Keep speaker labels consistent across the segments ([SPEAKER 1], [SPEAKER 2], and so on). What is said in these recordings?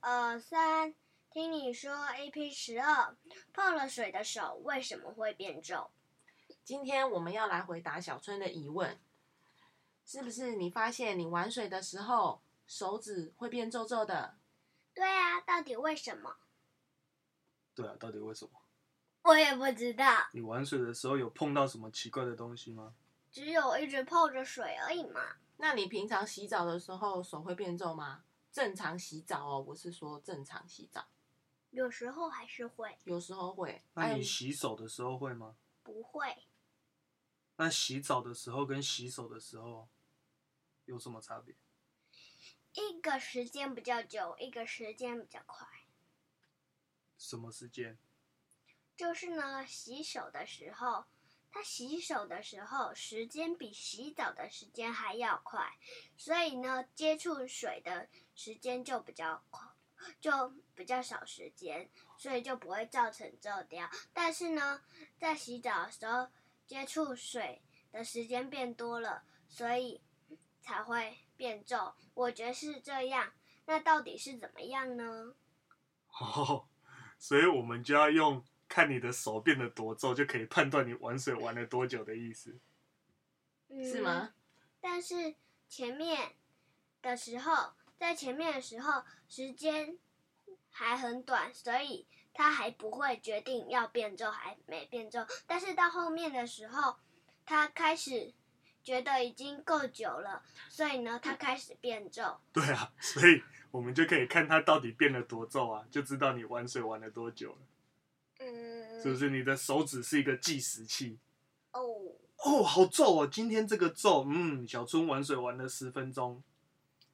[SPEAKER 1] 二呃三，听你说 EP 十二，泡了水的手为什么会变皱？
[SPEAKER 2] 今天我们要来回答小春的疑问，是不是你发现你玩水的时候手指会变皱皱的？
[SPEAKER 1] 对啊，到底为什么？
[SPEAKER 3] 对啊，到底为什么？
[SPEAKER 1] 我也不知道，
[SPEAKER 3] 你玩水的时候有碰到什么奇怪的东西吗？
[SPEAKER 1] 只有一直泡着水而已嘛。
[SPEAKER 2] 那你平常洗澡的时候手会变皱吗？正常洗澡哦，我是说正常洗澡，
[SPEAKER 1] 有时候还是会，
[SPEAKER 2] 有时候会。
[SPEAKER 3] 那
[SPEAKER 2] 哎
[SPEAKER 3] 你洗手的时候会吗？
[SPEAKER 1] 不会，
[SPEAKER 3] 那洗澡的时候跟洗手的时候有什么差别？
[SPEAKER 1] 一个时间比较久，一个时间比较快。
[SPEAKER 3] 什么时间？
[SPEAKER 1] 就是呢，洗手的时候，他洗手的时候时间比洗澡的时间还要快，所以呢，接触水的时间就比较快，就比较少时间，所以就不会造成皱掉。但是呢，在洗澡的时候接触水的时间变多了，所以才会变皱。我觉得是这样。那到底是怎么样呢？
[SPEAKER 3] 哦， 所以我们就要用看你的手变得多皱，就可以判断你玩水玩了多久的意思。
[SPEAKER 1] 嗯
[SPEAKER 2] 是吗？
[SPEAKER 1] 但是前面的时候，在前面的时候时间还很短，所以他还不会决定要变奏还没变奏。但是到后面的时候，他开始觉得已经够久了，所以呢，他开始变奏。
[SPEAKER 3] 对啊，所以我们就可以看它到底变了多皱啊，就知道你玩水玩了多久了，
[SPEAKER 1] 嗯，
[SPEAKER 3] 是不是？你的手指是一个计时器。
[SPEAKER 1] 哦，
[SPEAKER 3] 哦，好皱哦！今天这个皱，嗯，小春玩水玩了十分钟，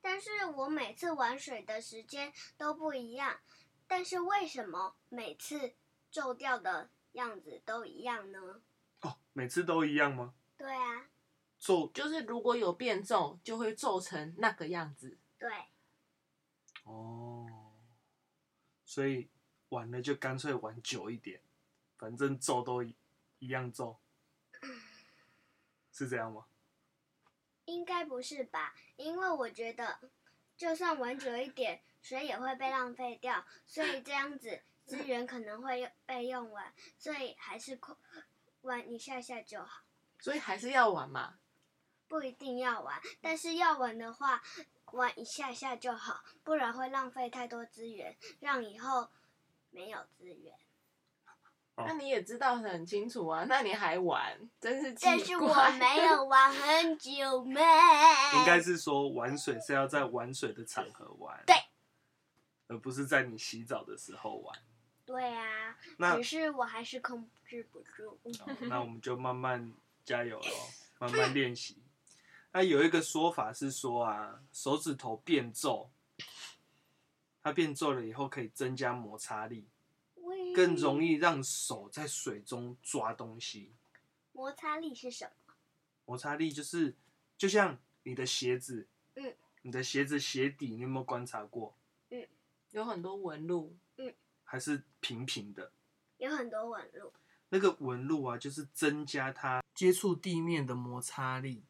[SPEAKER 1] 但是我每次玩水的时间都不一样，但是为什么每次皱掉的样子都一样呢？
[SPEAKER 3] 哦，每次都一样吗？
[SPEAKER 1] 对啊，
[SPEAKER 3] 皱
[SPEAKER 2] 就是如果有变皱，就会皱成那个样子。
[SPEAKER 1] 对。
[SPEAKER 3] 哦，所以玩了就干脆玩久一点，反正皱都一一样皱，是这样吗？
[SPEAKER 1] 应该不是吧？因为我觉得，就算玩久一点，水也会被浪费掉，所以这样子资源可能会用被用完，所以还是扣玩一下下就好，
[SPEAKER 2] 所以还是要玩嘛。
[SPEAKER 1] 不一定要玩。但是要玩的话，玩一下下就好，不然会浪费太多资源，让以后没有资源。
[SPEAKER 3] 哦
[SPEAKER 2] 那你也知道得很清楚啊，那你还玩，真是奇怪。
[SPEAKER 1] 但是我没有玩很久没，
[SPEAKER 3] 应该是说玩水是要在玩水的场合玩，
[SPEAKER 1] 对，
[SPEAKER 3] 而不是在你洗澡的时候玩。
[SPEAKER 1] 对啊，
[SPEAKER 3] 那
[SPEAKER 1] 只是我还是控制不住。
[SPEAKER 3] 好那我们就慢慢加油喽，慢慢练习。那有一个说法是说啊，手指头变皱，它变皱了以后可以增加摩擦力，更容易让手在水中抓东西。
[SPEAKER 1] 摩擦力是什么？
[SPEAKER 3] 摩擦力就是就像你的鞋子，
[SPEAKER 1] 嗯，
[SPEAKER 3] 你的鞋子鞋底你有没有观察过？
[SPEAKER 2] 有很多纹路，
[SPEAKER 3] 还是平平的？
[SPEAKER 1] 有很多纹路。
[SPEAKER 3] 那个纹路啊，就是增加它接触地面的摩擦力。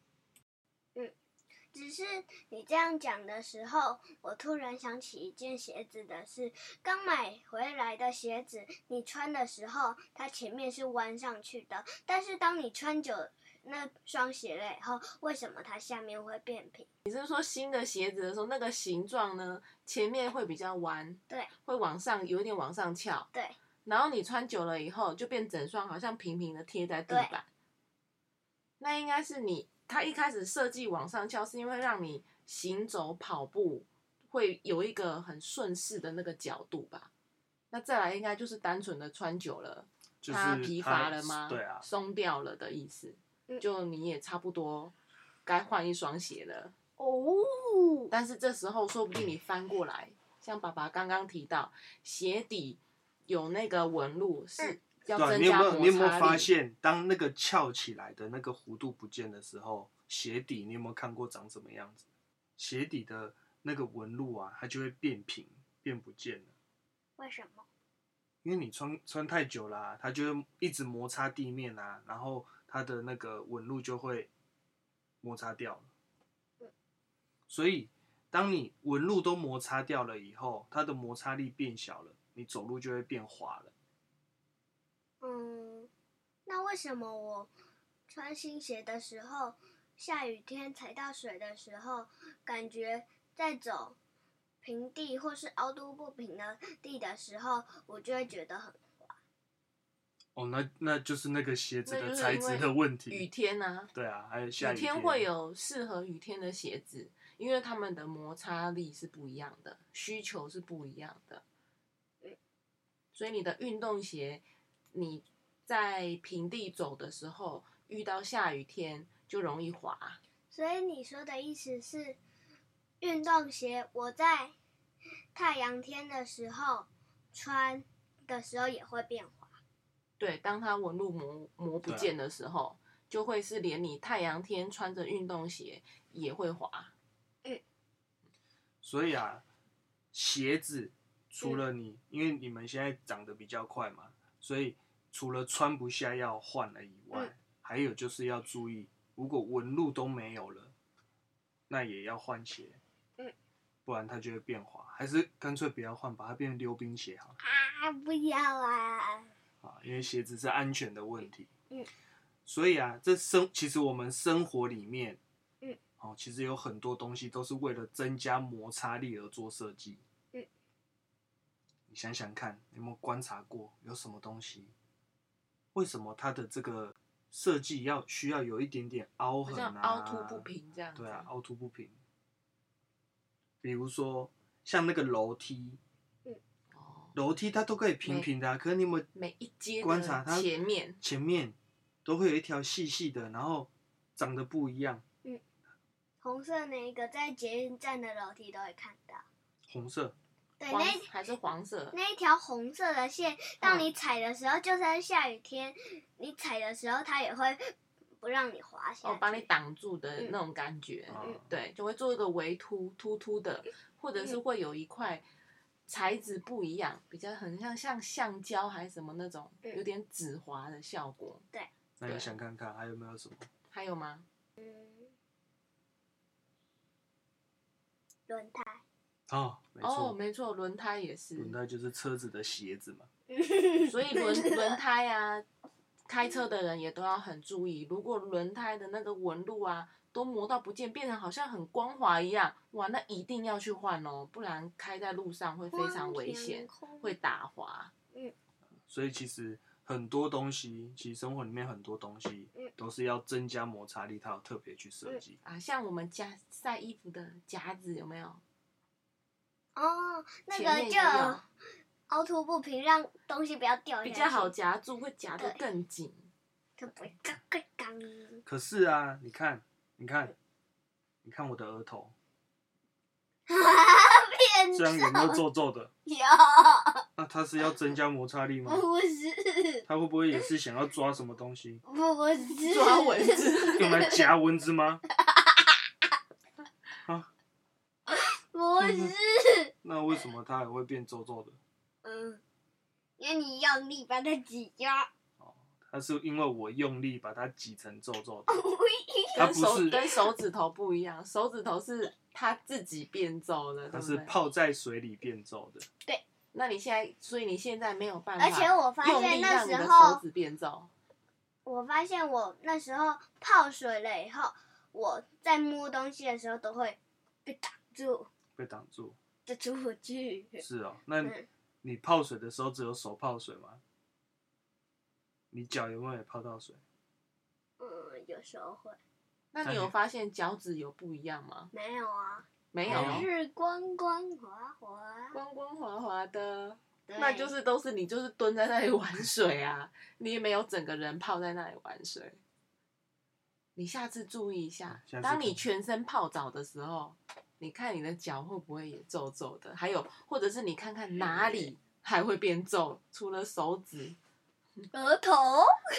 [SPEAKER 1] 只是你这样讲的时候，我突然想起一件鞋子的事。刚买回来的鞋子，你穿的时候，它前面是弯上去的，但是当你穿久那双鞋了以后，为什么它下面会变平？
[SPEAKER 2] 你是说新的鞋子的时候，那个形状呢，前面会比较弯，
[SPEAKER 1] 对，
[SPEAKER 2] 会往上有一点往上翘，
[SPEAKER 1] 对。
[SPEAKER 2] 然后你穿久了以后，就变整双好像平平的贴在地板。那应该是你，它一开始设计往上翘，是因为让你行走跑步会有一个很顺势的那个角度吧。那再来应该就是单纯的穿久了，
[SPEAKER 3] 就是
[SPEAKER 2] 它疲乏了吗？
[SPEAKER 3] 对啊，
[SPEAKER 2] 松掉了的意思，
[SPEAKER 1] 嗯
[SPEAKER 2] 就你也差不多该换一双鞋了。
[SPEAKER 1] 哦，
[SPEAKER 2] 但是这时候说不定你翻过来，像爸爸刚刚提到，鞋底有那个纹路是要
[SPEAKER 3] 对啊，
[SPEAKER 2] 增
[SPEAKER 3] 你有
[SPEAKER 2] 加摩
[SPEAKER 3] 没
[SPEAKER 2] 擦力。
[SPEAKER 3] 有你有没有发现，当那个翘起来的那个弧度不见的时候，鞋底你有没有看过长什么样子？鞋底的那个纹路啊，它就会变平，变不见了，
[SPEAKER 1] 为什么？
[SPEAKER 3] 因为你穿穿太久啦、它就会一直摩擦地面啊，然后它的那个纹路就会摩擦掉了。所以当你纹路都摩擦掉了以后，它的摩擦力变小了，你走路就会变滑了。
[SPEAKER 1] 嗯，那为什么我穿新鞋的时候，下雨天踩到水的时候，感觉在走平地或是凹凸不平的地的时候，我就会觉得很
[SPEAKER 3] 哦，那那就是那个鞋子
[SPEAKER 2] 那
[SPEAKER 3] 的
[SPEAKER 2] 就是
[SPEAKER 3] 材
[SPEAKER 2] 因为
[SPEAKER 3] 质的问
[SPEAKER 2] 雨
[SPEAKER 3] 题。
[SPEAKER 2] 天啊，
[SPEAKER 3] 对啊，还有下
[SPEAKER 2] 雨
[SPEAKER 3] 雨天
[SPEAKER 2] 天会有适合雨天的鞋子，因为它们的摩擦力是不一样的，需求是不一样的。所以你的运动鞋，你在平地走的时候，遇到下雨天就容易滑。
[SPEAKER 1] 所以你说的意思是，运动鞋我在太阳天的时候穿的时候也会变滑。
[SPEAKER 2] 对，当它纹路磨磨不
[SPEAKER 3] 对啊
[SPEAKER 2] 见的时候，就会是连你太阳天穿着运动鞋也会滑。
[SPEAKER 3] 所以啊，鞋子除
[SPEAKER 1] 嗯
[SPEAKER 3] 了你，因为你们现在长得比较快嘛，所以除了穿不下要换了以外，
[SPEAKER 1] 嗯
[SPEAKER 3] 还有就是要注意，如果纹路都没有了，那也要换鞋，
[SPEAKER 1] 嗯，
[SPEAKER 3] 不然它就会变滑。还是干脆不要换，把它变成溜冰鞋好了
[SPEAKER 1] 啊，不要啊！
[SPEAKER 3] 啊，因为鞋子是安全的问题。
[SPEAKER 1] 嗯，
[SPEAKER 3] 所以啊，这生其实我们生活里面，
[SPEAKER 1] 嗯，
[SPEAKER 3] 哦，其实有很多东西都是为了增加摩擦力而做设计。
[SPEAKER 1] 嗯，
[SPEAKER 3] 你想想看，有没有观察过有什么东西？为什么它的这个设计要需要有一点点凹
[SPEAKER 2] 好
[SPEAKER 3] 痕
[SPEAKER 2] 像
[SPEAKER 3] 啊？
[SPEAKER 2] 凹凸不。平这样子。
[SPEAKER 3] 对啊，凹凸不平。比如说像那个楼梯，
[SPEAKER 2] 哦，
[SPEAKER 3] 楼梯它都可以平
[SPEAKER 2] 没
[SPEAKER 3] 平的、啊，可是你有没有
[SPEAKER 2] 每一阶
[SPEAKER 3] 观察它
[SPEAKER 2] 的前面，
[SPEAKER 3] 前面都会有一条细细的，然后长得不一样，
[SPEAKER 1] 红色那一个在捷运站的楼梯都会看到。
[SPEAKER 3] 红色。
[SPEAKER 1] 对，
[SPEAKER 2] 黄
[SPEAKER 1] 哎那
[SPEAKER 2] 还是黄色，
[SPEAKER 1] 那一条红色的线，当你踩的时候，就算下雨天，你踩的时候它也会不让你滑下去。
[SPEAKER 2] 哦，把你挡住的
[SPEAKER 1] 嗯
[SPEAKER 2] 那种感觉。
[SPEAKER 3] 啊
[SPEAKER 1] 嗯
[SPEAKER 2] 对，就会做一个微凸凸凸的，或者是会有一块材质不一样，比较很像像橡胶还是什么那种，
[SPEAKER 1] 嗯
[SPEAKER 2] 有点纸滑的效果。
[SPEAKER 3] 那你
[SPEAKER 2] 对
[SPEAKER 3] 想看看还有没有什么？
[SPEAKER 2] 还有吗？
[SPEAKER 1] 轮胎。
[SPEAKER 3] 哦，没
[SPEAKER 2] 哦，
[SPEAKER 3] 错，
[SPEAKER 2] 没错，轮胎也
[SPEAKER 1] 嗯
[SPEAKER 2] 是。
[SPEAKER 3] 轮胎就是车子的鞋子嘛。
[SPEAKER 2] 所以轮轮胎啊，开车的人也都要很注意。如果轮胎的那个纹路啊，都磨到不见，变成好像很光滑一样，哇，那一定要去换哦，不然开在路上会非常危险，，会打滑。
[SPEAKER 3] 所以其实很多东西，其实生活里面很多东西
[SPEAKER 1] 嗯
[SPEAKER 3] 都是要增加摩擦力，它有特别去设计。
[SPEAKER 2] 啊，像我们夹晒衣服的夹子有没有？
[SPEAKER 1] 哦，那
[SPEAKER 2] 前
[SPEAKER 1] 个
[SPEAKER 2] 面
[SPEAKER 1] 就
[SPEAKER 2] 也有
[SPEAKER 1] 凹凸不平，让东西不要掉下去，
[SPEAKER 2] 比较好，夹住，会夹得
[SPEAKER 1] 对
[SPEAKER 2] 更紧。
[SPEAKER 1] 就不会嘎嘎嘎。
[SPEAKER 3] 可是啊，你看，你
[SPEAKER 1] 嗯
[SPEAKER 3] 看，你看我的额头，
[SPEAKER 1] 变
[SPEAKER 3] 虽然有没有皱 皱的，
[SPEAKER 1] 有，
[SPEAKER 3] 那它是要增加摩擦力吗？
[SPEAKER 1] 不是，
[SPEAKER 3] 它会不会也是想要抓什么东西，
[SPEAKER 1] 不是，
[SPEAKER 2] 抓蚊子，
[SPEAKER 3] 用来夹蚊子吗？
[SPEAKER 1] 不是，
[SPEAKER 3] 那为什么它还会变皱皱的？
[SPEAKER 1] 嗯，因为你用力把它挤 压，
[SPEAKER 3] 它是因为我用力把它挤成皱皱
[SPEAKER 2] 哦
[SPEAKER 3] 的， 它
[SPEAKER 2] 跟
[SPEAKER 3] 不
[SPEAKER 2] 手
[SPEAKER 3] 是，
[SPEAKER 2] 跟手指头不一样，手指头是它自己变皱的，
[SPEAKER 3] 它
[SPEAKER 2] 对不
[SPEAKER 3] 是
[SPEAKER 2] 对？
[SPEAKER 3] 泡在水里变皱的。
[SPEAKER 2] 那你现在，所以你现在没有办法，
[SPEAKER 1] 而且我发
[SPEAKER 2] 用
[SPEAKER 1] 现
[SPEAKER 2] 力
[SPEAKER 1] 那
[SPEAKER 2] 让你
[SPEAKER 1] 时
[SPEAKER 2] 的手
[SPEAKER 1] 候，
[SPEAKER 2] 指变皱，
[SPEAKER 1] 我发现我那时候泡水了以后，我在摸东西的时候都会被挡住，
[SPEAKER 3] 被挡住。
[SPEAKER 1] 就出不去。
[SPEAKER 3] 是哦，那
[SPEAKER 1] 嗯
[SPEAKER 3] 你泡水的时候只有手泡水吗？你脚有没有也泡到水？
[SPEAKER 1] 嗯，有时候会
[SPEAKER 2] 那你
[SPEAKER 3] 哎
[SPEAKER 2] 有发现脚趾有不一样吗？
[SPEAKER 1] 没有啊，
[SPEAKER 2] 没有，哦
[SPEAKER 1] 我是光光滑滑，
[SPEAKER 2] 光光滑滑的，
[SPEAKER 1] 对
[SPEAKER 2] 那就是都是你就是蹲在那里玩水啊，你也没有整个人泡在那里玩水。你下次注意一下，
[SPEAKER 3] 下次
[SPEAKER 2] 当
[SPEAKER 3] 注
[SPEAKER 2] 你
[SPEAKER 3] 意
[SPEAKER 2] 全身泡澡的时候，你看你的脚会不会也皱皱的？还有，或者是你看看哪里还会变皱，除了手指、
[SPEAKER 1] 额头。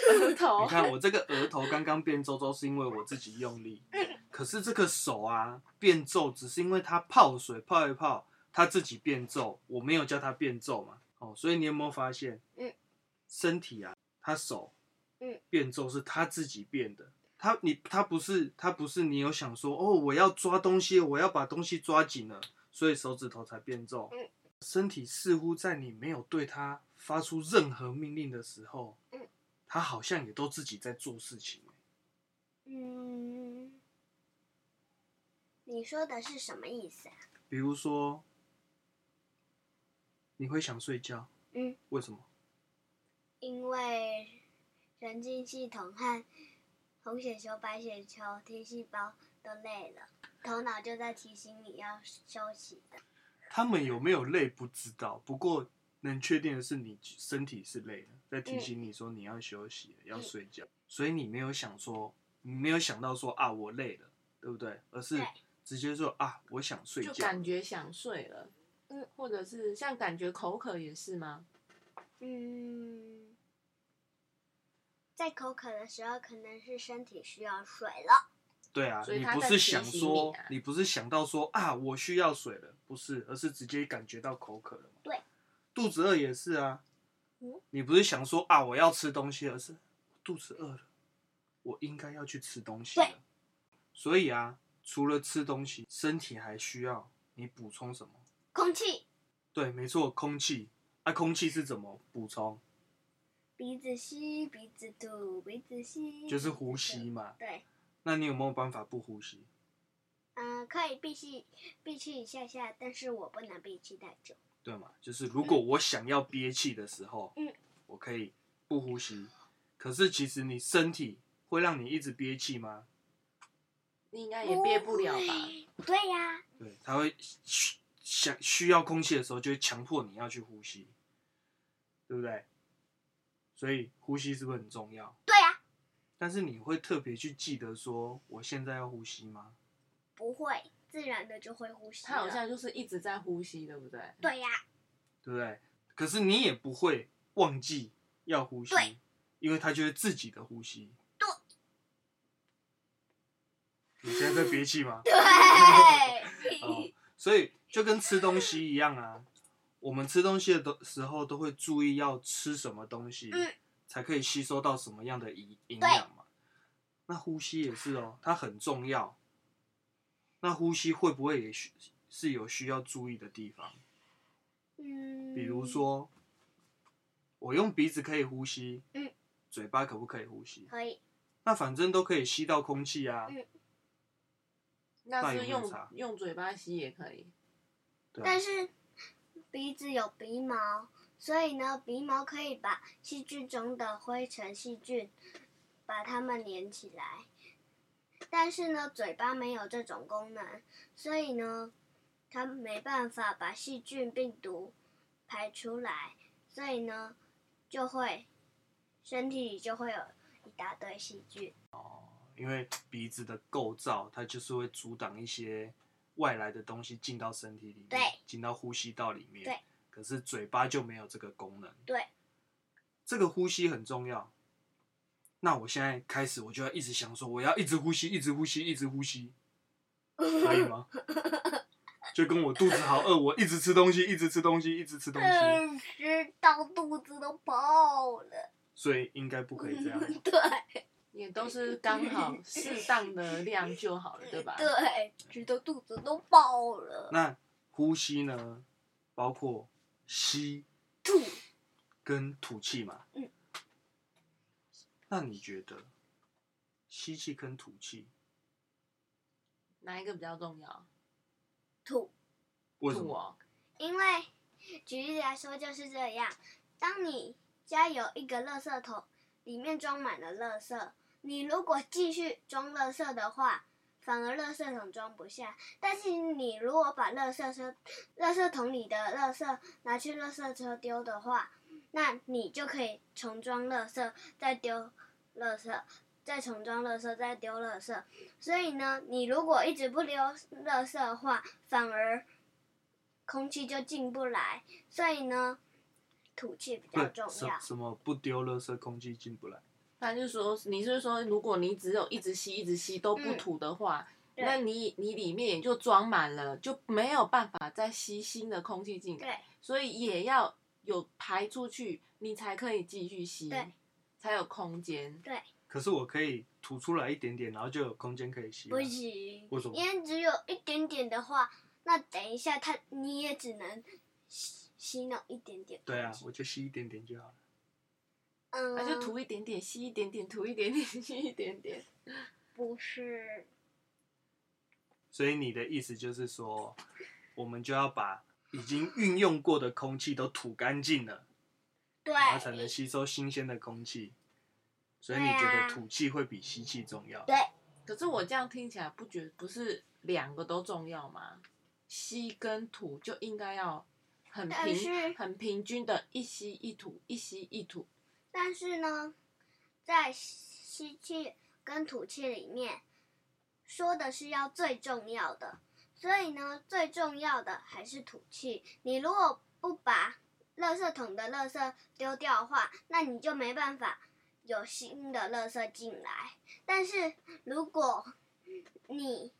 [SPEAKER 2] 额头
[SPEAKER 3] 你，看我这个额头刚刚变皱皱，是因为我自己用 力。可是这个手啊变皱，只是因为它泡水泡一泡，它自己变皱，我没有叫它变皱嘛。哦，所以你有没有发现？
[SPEAKER 1] 嗯，
[SPEAKER 3] 身体啊，它手，
[SPEAKER 1] 嗯，
[SPEAKER 3] 变皱是它自己变的，它你它不是它不是你有想说哦，我要抓东西，我要把东西抓紧了，所以手指头才变皱
[SPEAKER 1] 嗯。
[SPEAKER 3] 身体似乎在你没有对它发出任何命令的时候
[SPEAKER 1] 嗯，
[SPEAKER 3] 它好像也都自己在做事情。欸
[SPEAKER 1] 嗯，你说的是什么意思啊？
[SPEAKER 3] 比如说，你会想睡觉，
[SPEAKER 1] 嗯，
[SPEAKER 3] 为什么？
[SPEAKER 1] 因为神经系统和红血球、白血球、T 细胞都累了，头脑就在提醒你要休息的。
[SPEAKER 3] 他们有没有累不知道，不过能确定的是你身体是累的，在
[SPEAKER 1] 嗯
[SPEAKER 3] 提醒你说你要休息了、要睡觉，所以你没有想说，你没有想到说啊我累了，对不对？而是
[SPEAKER 1] 对
[SPEAKER 3] 直接说啊我想睡
[SPEAKER 2] 就
[SPEAKER 3] 觉，
[SPEAKER 2] 感觉想睡了，
[SPEAKER 1] 嗯，
[SPEAKER 2] 或者是像感觉口渴也是吗？
[SPEAKER 1] 嗯，在口渴的时候，可能是身体需要水了。
[SPEAKER 3] 对啊，
[SPEAKER 2] 所以他
[SPEAKER 3] 不
[SPEAKER 2] 在
[SPEAKER 3] 是
[SPEAKER 2] 提
[SPEAKER 3] 想
[SPEAKER 2] 醒
[SPEAKER 3] 说
[SPEAKER 2] 你啊
[SPEAKER 3] 不是想到说啊我需要水了，不是，而是直接感觉到口渴了嘛。
[SPEAKER 1] 对，
[SPEAKER 3] 肚子饿也是啊，
[SPEAKER 1] 嗯
[SPEAKER 3] 你不是想说啊我要吃东西，而是肚子饿了，我应该要去吃东西
[SPEAKER 1] 对
[SPEAKER 3] 了。所以啊，除了吃东西，身体还需要你补充什么？
[SPEAKER 1] 空气，
[SPEAKER 3] 对，没错，空气。啊，空气是怎么补充？
[SPEAKER 1] 鼻子吸，鼻子吐，鼻子吸，
[SPEAKER 3] 就是
[SPEAKER 1] 鼻子
[SPEAKER 3] 呼
[SPEAKER 2] 嗯
[SPEAKER 1] 吐。
[SPEAKER 3] 吸嘛。
[SPEAKER 1] 对，
[SPEAKER 3] 那你有没有办法不呼吸？
[SPEAKER 1] 嗯、可以闭气，闭气一下下，但是我不能闭气太久。
[SPEAKER 3] 对嘛？就是如果我想要憋气的时候，
[SPEAKER 1] 嗯，
[SPEAKER 3] 我可以不呼吸。可是其实你身体会让你一直憋气吗？
[SPEAKER 2] 你应该也憋不了吧？
[SPEAKER 1] 会？对呀、
[SPEAKER 3] 对，它会需想需要空气的时候，就会强迫你要去呼吸，对不对？所以呼吸是不是很重要？
[SPEAKER 1] 对呀、
[SPEAKER 3] 但是你会特别去记得说，我现在要呼吸吗？
[SPEAKER 1] 不会，自然的就会呼吸了。
[SPEAKER 2] 他好像就是一直在呼吸，对不对？
[SPEAKER 1] 对呀、
[SPEAKER 3] 对不对？可是你也不会忘记要呼吸
[SPEAKER 1] 对，
[SPEAKER 3] 因为它就会自己的呼吸。
[SPEAKER 1] 对。
[SPEAKER 3] 你现在在憋气 吗？哦
[SPEAKER 1] 对，，
[SPEAKER 3] 所以就跟吃东西一样啊，我们吃东西的都时候都会注意要吃什么东西，
[SPEAKER 1] 嗯
[SPEAKER 3] 才可以吸收到什么样的营营养嘛。那呼吸也是哦，它很重要。那呼吸会不会也需是有需要注意的地方？
[SPEAKER 1] 嗯，
[SPEAKER 3] 比如说，我用鼻子可以呼吸，
[SPEAKER 1] 嗯，
[SPEAKER 3] 嘴巴可不可以呼吸？
[SPEAKER 1] 可以，
[SPEAKER 3] 那反正都可以吸到空气啊，
[SPEAKER 1] 嗯
[SPEAKER 2] 那是
[SPEAKER 3] 那有没有
[SPEAKER 2] 用
[SPEAKER 3] 差
[SPEAKER 2] 用嘴巴吸也可以，
[SPEAKER 3] 对啊
[SPEAKER 1] 但，是鼻子有鼻毛，所以呢，鼻毛可以把细菌中的灰尘细菌把它们连起来。但是呢，嘴巴没有这种功能，所以呢，它没办法把细菌、病毒排出来，所以呢，就会身体里就会有一大堆细菌。
[SPEAKER 3] 因为鼻子的构造，它就是会阻挡一些外来的东西进到身体里
[SPEAKER 1] 对
[SPEAKER 3] 面，进到呼吸道里面。
[SPEAKER 1] 对。
[SPEAKER 3] 可是嘴巴就没有这个功能。
[SPEAKER 1] 对。
[SPEAKER 3] 这个呼吸很重要。那我现在开始，我就要一直想说，我要一直呼吸，一直呼吸，一直呼吸，可以吗？ 就跟我肚子好饿，我一直吃东西，一直吃东西，一直吃东西，
[SPEAKER 1] 嗯， 吃到肚子都爆 了。
[SPEAKER 3] 所以应该不可以这样。
[SPEAKER 1] 对
[SPEAKER 2] 也都是刚 好适当的量就好了，对吧？
[SPEAKER 1] 对，吃到肚子都爆了。
[SPEAKER 3] 那呼吸呢，包括吸
[SPEAKER 1] 吐
[SPEAKER 3] 跟吐气嘛。
[SPEAKER 1] 嗯。
[SPEAKER 3] 那你觉得吸气跟吐气
[SPEAKER 2] 哪一个比较重要？
[SPEAKER 1] 吐，
[SPEAKER 3] 为什
[SPEAKER 2] 吐
[SPEAKER 3] 么？
[SPEAKER 2] 哦
[SPEAKER 1] 因为举例来说就是这样：当你家有一个垃圾桶，里面装满了垃圾，你如果继续装垃圾的话，反而垃圾桶装不下。但是你如果把垃圾车、垃圾桶里的垃圾拿去垃圾车丢的话，那你就可以重装垃圾，再丢垃圾，再重装垃圾，再丢垃圾。所以呢，你如果一直不丢垃圾的话，反而空气就进不来。所以呢，吐气比较重
[SPEAKER 3] 不什
[SPEAKER 1] 要。
[SPEAKER 3] 什么不丢垃圾，空气进不来。
[SPEAKER 2] 他就说，你是说，如果你只有一直吸、一直吸都不吐的话，
[SPEAKER 1] 嗯对
[SPEAKER 2] 那你你里面也就装满了，就没有办法再吸新的空气进来，
[SPEAKER 1] 对
[SPEAKER 2] 所以也要有排出去，你才可以继续吸
[SPEAKER 1] 对，
[SPEAKER 2] 才有空间。
[SPEAKER 1] 对，
[SPEAKER 3] 可是我可以吐出来一点点，然后就有空间可以吸了
[SPEAKER 1] 不。行，
[SPEAKER 3] 啊为什么
[SPEAKER 1] 因为只有一点点的话，那等一下它你也只能吸吸那一点点。
[SPEAKER 3] 对啊，我就吸一点点就好了。
[SPEAKER 1] 嗯，
[SPEAKER 2] 那就涂一点点，吸一点点，涂一点 点，吸一点点。
[SPEAKER 1] 不是，
[SPEAKER 3] 所以你的意思就是说，我们就要把已经运用过的空气都吐干净了，
[SPEAKER 1] 对，
[SPEAKER 3] 然后才能吸收新鲜的空气。所以你觉
[SPEAKER 1] 对
[SPEAKER 3] 得
[SPEAKER 1] 啊
[SPEAKER 3] 吐气会比吸气重要？
[SPEAKER 1] 对，
[SPEAKER 2] 可是我这样听起来不觉不是两个都重要吗？吸跟吐就应该要很
[SPEAKER 1] 但是
[SPEAKER 2] 平很平均的，一吸一吐，一吸一吐。
[SPEAKER 1] 但是呢，在吸气跟吐气里面，说的是要最重要的，所以呢，最重要的还是吐气。你如果不把垃圾桶的垃圾丢掉的话，那你就没办法有新的垃圾进来。但是如果你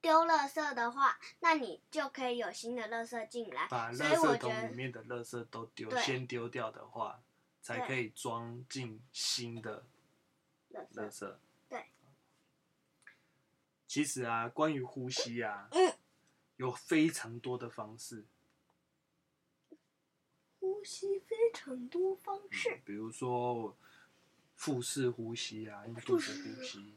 [SPEAKER 1] 丢垃圾的话，那你就可以有新的垃圾进来。
[SPEAKER 3] 把
[SPEAKER 1] 所
[SPEAKER 3] 垃
[SPEAKER 1] 以我
[SPEAKER 3] 圾
[SPEAKER 1] 觉
[SPEAKER 3] 桶
[SPEAKER 1] 得
[SPEAKER 3] 里面的垃圾都丢，
[SPEAKER 1] 对
[SPEAKER 3] 先丢掉的话，才
[SPEAKER 1] 对
[SPEAKER 3] 可以装进新的
[SPEAKER 1] 垃
[SPEAKER 3] 垃
[SPEAKER 1] 圾，
[SPEAKER 3] 圾。
[SPEAKER 1] 对。
[SPEAKER 3] 其实啊，关于呼吸啊，
[SPEAKER 1] 嗯
[SPEAKER 3] 有非常多的方式，嗯
[SPEAKER 1] 呼吸非常多方式。
[SPEAKER 3] 比如说腹式呼吸啊，用肚子呼吸，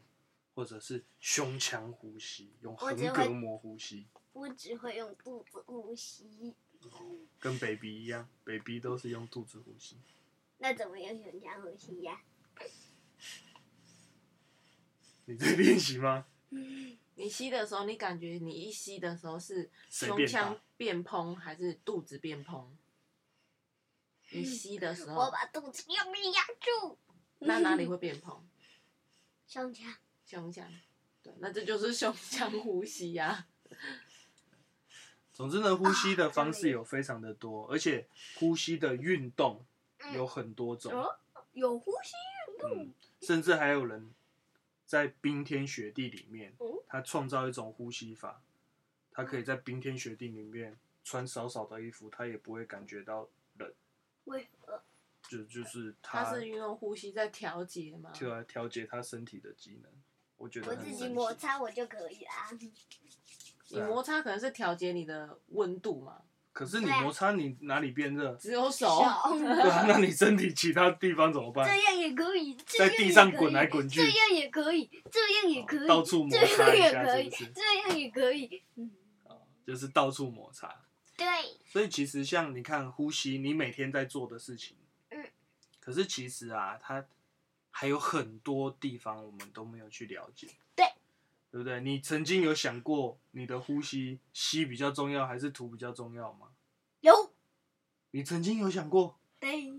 [SPEAKER 3] 或者是胸腔呼吸，用
[SPEAKER 1] 我
[SPEAKER 3] 横
[SPEAKER 1] 只
[SPEAKER 3] 膈
[SPEAKER 1] 会
[SPEAKER 3] 膜呼吸，
[SPEAKER 1] 我只会用肚子呼吸，
[SPEAKER 3] 跟 baby 一样，baby 都是用肚子呼吸。
[SPEAKER 1] 那怎么用胸腔呼吸呀、
[SPEAKER 3] 你在 练习吗？嗯
[SPEAKER 2] 你吸的时候，你感觉你一吸的时候是
[SPEAKER 3] 谁
[SPEAKER 2] 胸
[SPEAKER 3] 变
[SPEAKER 2] 腔
[SPEAKER 3] 大
[SPEAKER 2] 变膨还是肚子变膨？你吸的时
[SPEAKER 1] 我
[SPEAKER 2] 候，
[SPEAKER 1] 把肚子用力压住，
[SPEAKER 2] 那哪里会变膨？
[SPEAKER 1] 胸腔。
[SPEAKER 2] 胸腔。对，那这就是胸腔呼吸啊呀、
[SPEAKER 3] 总之呢，
[SPEAKER 1] 啊
[SPEAKER 3] 呼吸的方
[SPEAKER 1] 真
[SPEAKER 3] 式
[SPEAKER 1] 的
[SPEAKER 3] 有非常的多，而且呼吸的运动
[SPEAKER 1] 嗯
[SPEAKER 3] 有很多种，
[SPEAKER 1] 哦，有呼吸运
[SPEAKER 3] 嗯，甚至还有人在冰天雪地里面
[SPEAKER 1] 哦，
[SPEAKER 3] 他创造一种呼吸法，他可以在冰天雪地里面穿少少的衣服，他也不会感觉到冷，
[SPEAKER 1] 为何？
[SPEAKER 3] 就就是
[SPEAKER 2] 它
[SPEAKER 3] 他
[SPEAKER 2] 是运用呼吸在调节嘛？
[SPEAKER 3] 就来调节他身体的机能，我觉
[SPEAKER 1] 我
[SPEAKER 3] 得很
[SPEAKER 1] 自
[SPEAKER 3] 神
[SPEAKER 1] 己
[SPEAKER 3] 奇
[SPEAKER 1] 摩擦我就可以啦、
[SPEAKER 2] 你摩擦可能是调节你的温度嘛？
[SPEAKER 3] 可是你
[SPEAKER 1] 对啊
[SPEAKER 3] 摩擦你哪里变热？
[SPEAKER 2] 只 有手，
[SPEAKER 1] 手，
[SPEAKER 3] 对啊，那你身体其他地方怎么办？
[SPEAKER 1] 这样也可以，这
[SPEAKER 3] 在
[SPEAKER 1] 样
[SPEAKER 3] 地
[SPEAKER 1] 也
[SPEAKER 3] 上
[SPEAKER 1] 可
[SPEAKER 3] 滚
[SPEAKER 1] 以
[SPEAKER 3] 来滚去哦
[SPEAKER 1] 这样也可以，这样也可以，
[SPEAKER 3] 到处摩
[SPEAKER 1] 这
[SPEAKER 3] 擦
[SPEAKER 1] 样
[SPEAKER 3] 一
[SPEAKER 1] 也
[SPEAKER 3] 下
[SPEAKER 1] 可
[SPEAKER 3] 是
[SPEAKER 1] 以
[SPEAKER 3] 不是，
[SPEAKER 1] 这样也可以，嗯，
[SPEAKER 3] 啊就是到处摩擦。
[SPEAKER 1] 对，
[SPEAKER 3] 所以其实像你看呼吸，你每天在做的事情，
[SPEAKER 1] 嗯，
[SPEAKER 3] 可是其实啊，它还有很多地方我们都没有去了解，
[SPEAKER 1] 对，
[SPEAKER 3] 对不对？你曾经有想过你的呼吸吸比较重要还是吐比较重要吗？
[SPEAKER 1] 有，
[SPEAKER 3] 你曾经有想过？
[SPEAKER 1] 对，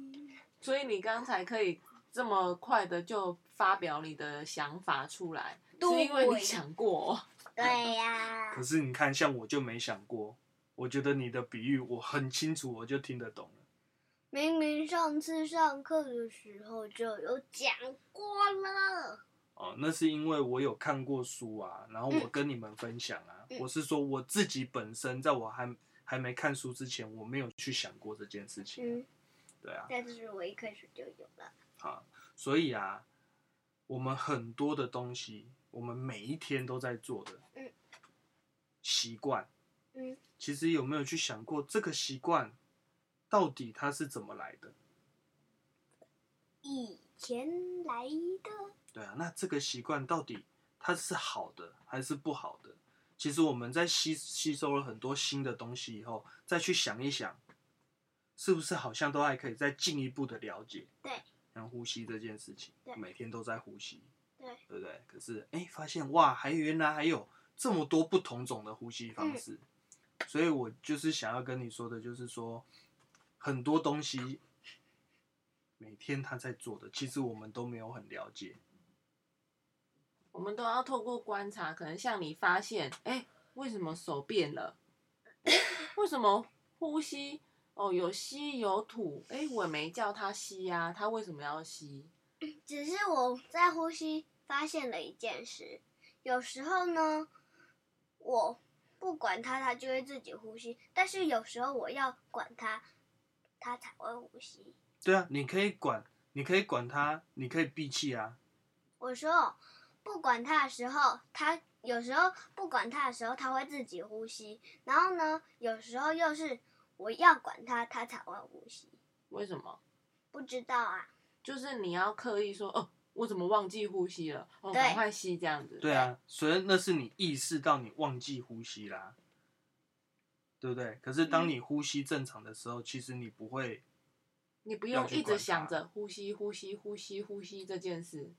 [SPEAKER 2] 所以你刚才可以这么快的就发表你的想法出来，
[SPEAKER 1] 对
[SPEAKER 2] 是因为你想过、哦
[SPEAKER 1] 对呀、
[SPEAKER 3] 可是你看，像我就没想过。我觉得你的比喻我很清楚，我就听得懂了。
[SPEAKER 1] 明明上次上课的时候就有讲过了。
[SPEAKER 3] 哦，那是因为我有看过书啊，然后我跟你们分享啊，
[SPEAKER 1] 嗯
[SPEAKER 3] 我是说我自己本身在我还还没看书之前，我没有去想过这件事情，
[SPEAKER 1] 嗯，
[SPEAKER 3] 对啊，
[SPEAKER 1] 但是我一开始就有了。
[SPEAKER 3] 啊，所以啊，我们很多的东西，我们每一天都在做的，
[SPEAKER 1] 嗯
[SPEAKER 3] 习惯，
[SPEAKER 1] 嗯，
[SPEAKER 3] 其实有没有去想过这个习惯到底它是怎么来的？
[SPEAKER 1] 以前来的，
[SPEAKER 3] 对啊，那这个习惯到底它是好的还是不好的？其实我们在吸吸收了很多新的东西以后，再去想一想，是不是好像都还可以再进一步的了解？
[SPEAKER 1] 对，
[SPEAKER 3] 像呼吸这件事情
[SPEAKER 1] 对，
[SPEAKER 3] 每天都在呼吸，
[SPEAKER 1] 对，
[SPEAKER 3] 对不对？可是哎、诶发现哇，还原来还有这么多不同种的呼吸方
[SPEAKER 1] 嗯
[SPEAKER 3] 式，所以我就是想要跟你说的，就是说很多东西每天他在做的，其实我们都没有很了解。
[SPEAKER 2] 我们都要透过观察，可能像你发现，哎、为什么手变了？ 为什么呼吸？哦，有吸有吐，哎、我没叫他吸呀、啊，他为什么要吸？
[SPEAKER 1] 只是我在呼吸发现了一件事，有时候呢，我不管它，它就会自己呼吸；但是有时候我要管它，它才会呼吸。
[SPEAKER 3] 对啊，你可以管，你可以管它，你可以闭气啊，
[SPEAKER 1] 我说不管它的时候，它有时候不管它的时候，它会自己呼吸。然后呢，有时候又是我要管它，它才会呼吸。
[SPEAKER 2] 为什么？
[SPEAKER 1] 不知道啊，
[SPEAKER 2] 就是你要刻意说哦，我怎么忘记呼吸了？哦，
[SPEAKER 1] 对
[SPEAKER 2] 赶快吸这样子。
[SPEAKER 3] 对啊，所以那是你意识到你忘记呼吸啦，对不对？可是当你呼吸正常的时候，其实你不会，
[SPEAKER 2] 你不
[SPEAKER 3] 要
[SPEAKER 2] 用
[SPEAKER 3] 去
[SPEAKER 2] 一直
[SPEAKER 3] 管
[SPEAKER 2] 想
[SPEAKER 3] 它
[SPEAKER 2] 着呼吸、呼吸、呼吸、呼吸这 件事。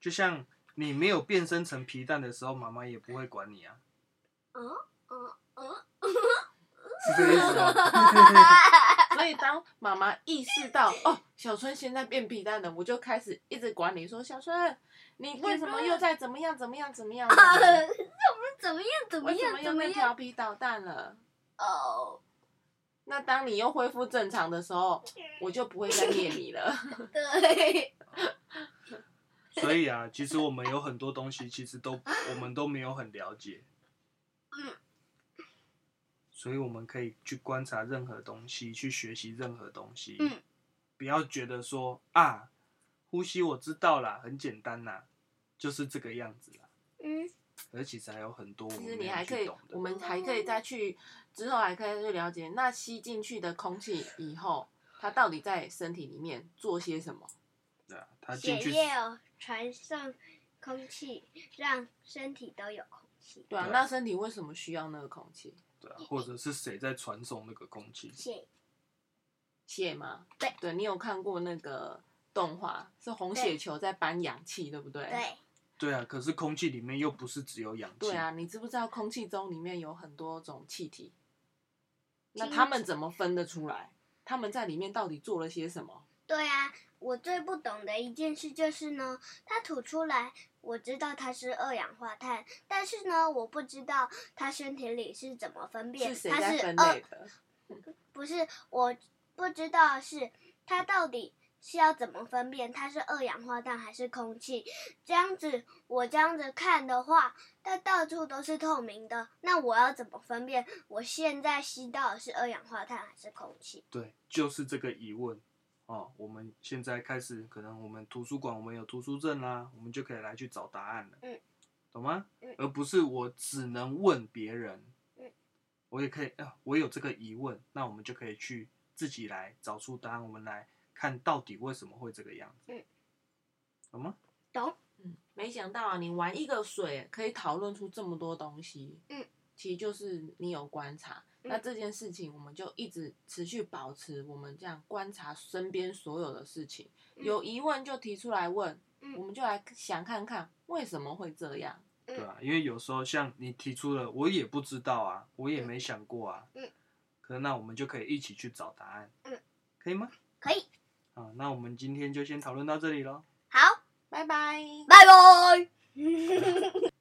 [SPEAKER 3] 就像你没有变身成皮蛋的时候，妈妈也不会管你啊，
[SPEAKER 1] 嗯嗯嗯，
[SPEAKER 3] 是这个意思吗？
[SPEAKER 2] 所以当妈妈意识到哦，小春现在变皮蛋了，我就开始一直管你说，小春，你为
[SPEAKER 1] 啊
[SPEAKER 2] 什么又在怎么样怎么样怎 么样？
[SPEAKER 1] 怎么样？怎么
[SPEAKER 2] 为什
[SPEAKER 1] 样
[SPEAKER 2] 么？又
[SPEAKER 1] 怎么
[SPEAKER 2] 在
[SPEAKER 1] 样？
[SPEAKER 2] 调皮捣蛋了？
[SPEAKER 1] 哦，
[SPEAKER 2] 那当你又恢复正常的时候，我就不会 再念你了。
[SPEAKER 1] 嗯对，
[SPEAKER 3] 所以啊，其实我们有很多东西，其实都我们都没有很了解。
[SPEAKER 1] 嗯。
[SPEAKER 3] 所以我们可以去观察任何东西，去学习任何东西。
[SPEAKER 1] 嗯。
[SPEAKER 3] 不要觉得说啊，呼吸我知道啦，很简单啦，就是这个样子啦。
[SPEAKER 1] 嗯，
[SPEAKER 3] 而其实还有很多我们
[SPEAKER 2] 其实
[SPEAKER 3] 嗯没
[SPEAKER 2] 你
[SPEAKER 3] 有
[SPEAKER 2] 还
[SPEAKER 3] 去
[SPEAKER 2] 可以
[SPEAKER 3] 懂，的
[SPEAKER 2] 我
[SPEAKER 1] 哦
[SPEAKER 2] 们还可以再去之后还可以去了解，那吸进去的空气以后，它到底在身体里面做些什么？
[SPEAKER 3] 对啊，他进
[SPEAKER 1] 血
[SPEAKER 3] 去
[SPEAKER 1] 液哦，传上空气，让身体都有空气。
[SPEAKER 2] 对啊，
[SPEAKER 3] 对
[SPEAKER 2] 那身体为什么需要那个空气？
[SPEAKER 3] 对啊，或者是谁在传送那个空气？
[SPEAKER 1] 血
[SPEAKER 2] 蟹吗？
[SPEAKER 1] 对，
[SPEAKER 2] 对你有看过那个动画是红血球在搬氧气，对不对？
[SPEAKER 1] 对，
[SPEAKER 3] 对啊，可是空气里面又不是只有氧气。
[SPEAKER 2] 对啊，你知不知道空气中里面有很多种气体？那
[SPEAKER 1] 听
[SPEAKER 2] 他们怎么分得出来？他们在里面到底做了些什么？
[SPEAKER 1] 对啊，我最不懂的一件事就是呢，它吐出来，我知道它是二氧化碳，但是呢，我不知道它身体里是怎么分辨，
[SPEAKER 2] 是谁
[SPEAKER 1] 它
[SPEAKER 2] 在
[SPEAKER 1] 是
[SPEAKER 2] 分
[SPEAKER 1] 二
[SPEAKER 2] 类，的？
[SPEAKER 1] 不是，我不知道是它到底是要怎么分辨它是二氧化碳还是空气。这样子，我这样子看的话，它到处都是透明的，那我要怎么分辨我现在吸到的是二氧化碳还是空气？
[SPEAKER 3] 对，就是这个疑问哦。我们现在开始，可能我们图书馆我们有图书证啦，我们就可以来去找答案了，
[SPEAKER 1] 嗯，
[SPEAKER 3] 懂吗
[SPEAKER 1] 嗯？
[SPEAKER 3] 而不是我只能问别人，
[SPEAKER 1] 嗯，
[SPEAKER 3] 我也可以啊，我有这个疑问，那我们就可以去自己来找出答案，我们来看到底为什么会这个样子，
[SPEAKER 1] 嗯，
[SPEAKER 3] 懂吗？
[SPEAKER 1] 懂？
[SPEAKER 2] 嗯，没想到啊，你玩一个水可以讨论出这么多东西。
[SPEAKER 1] 嗯，
[SPEAKER 2] 其实就是你有观察。
[SPEAKER 1] 嗯
[SPEAKER 2] 那这件事情，我们就一直持续保持我们这样观察身边所有的事情，
[SPEAKER 1] 嗯
[SPEAKER 2] 有疑问就提出来问，
[SPEAKER 1] 嗯
[SPEAKER 2] 我们就来想看看为什么会这样。
[SPEAKER 1] 嗯
[SPEAKER 3] 对啊，因为有时候像你提出了，我也不知道啊，我也没想过啊，
[SPEAKER 1] 嗯，
[SPEAKER 3] 可那我们就可以一起去找答案，
[SPEAKER 1] 嗯，
[SPEAKER 3] 可以吗？
[SPEAKER 1] 可以，
[SPEAKER 3] 啊，那我们今天就先讨论到这里喽。
[SPEAKER 1] 好，
[SPEAKER 2] 拜拜。
[SPEAKER 1] 拜拜。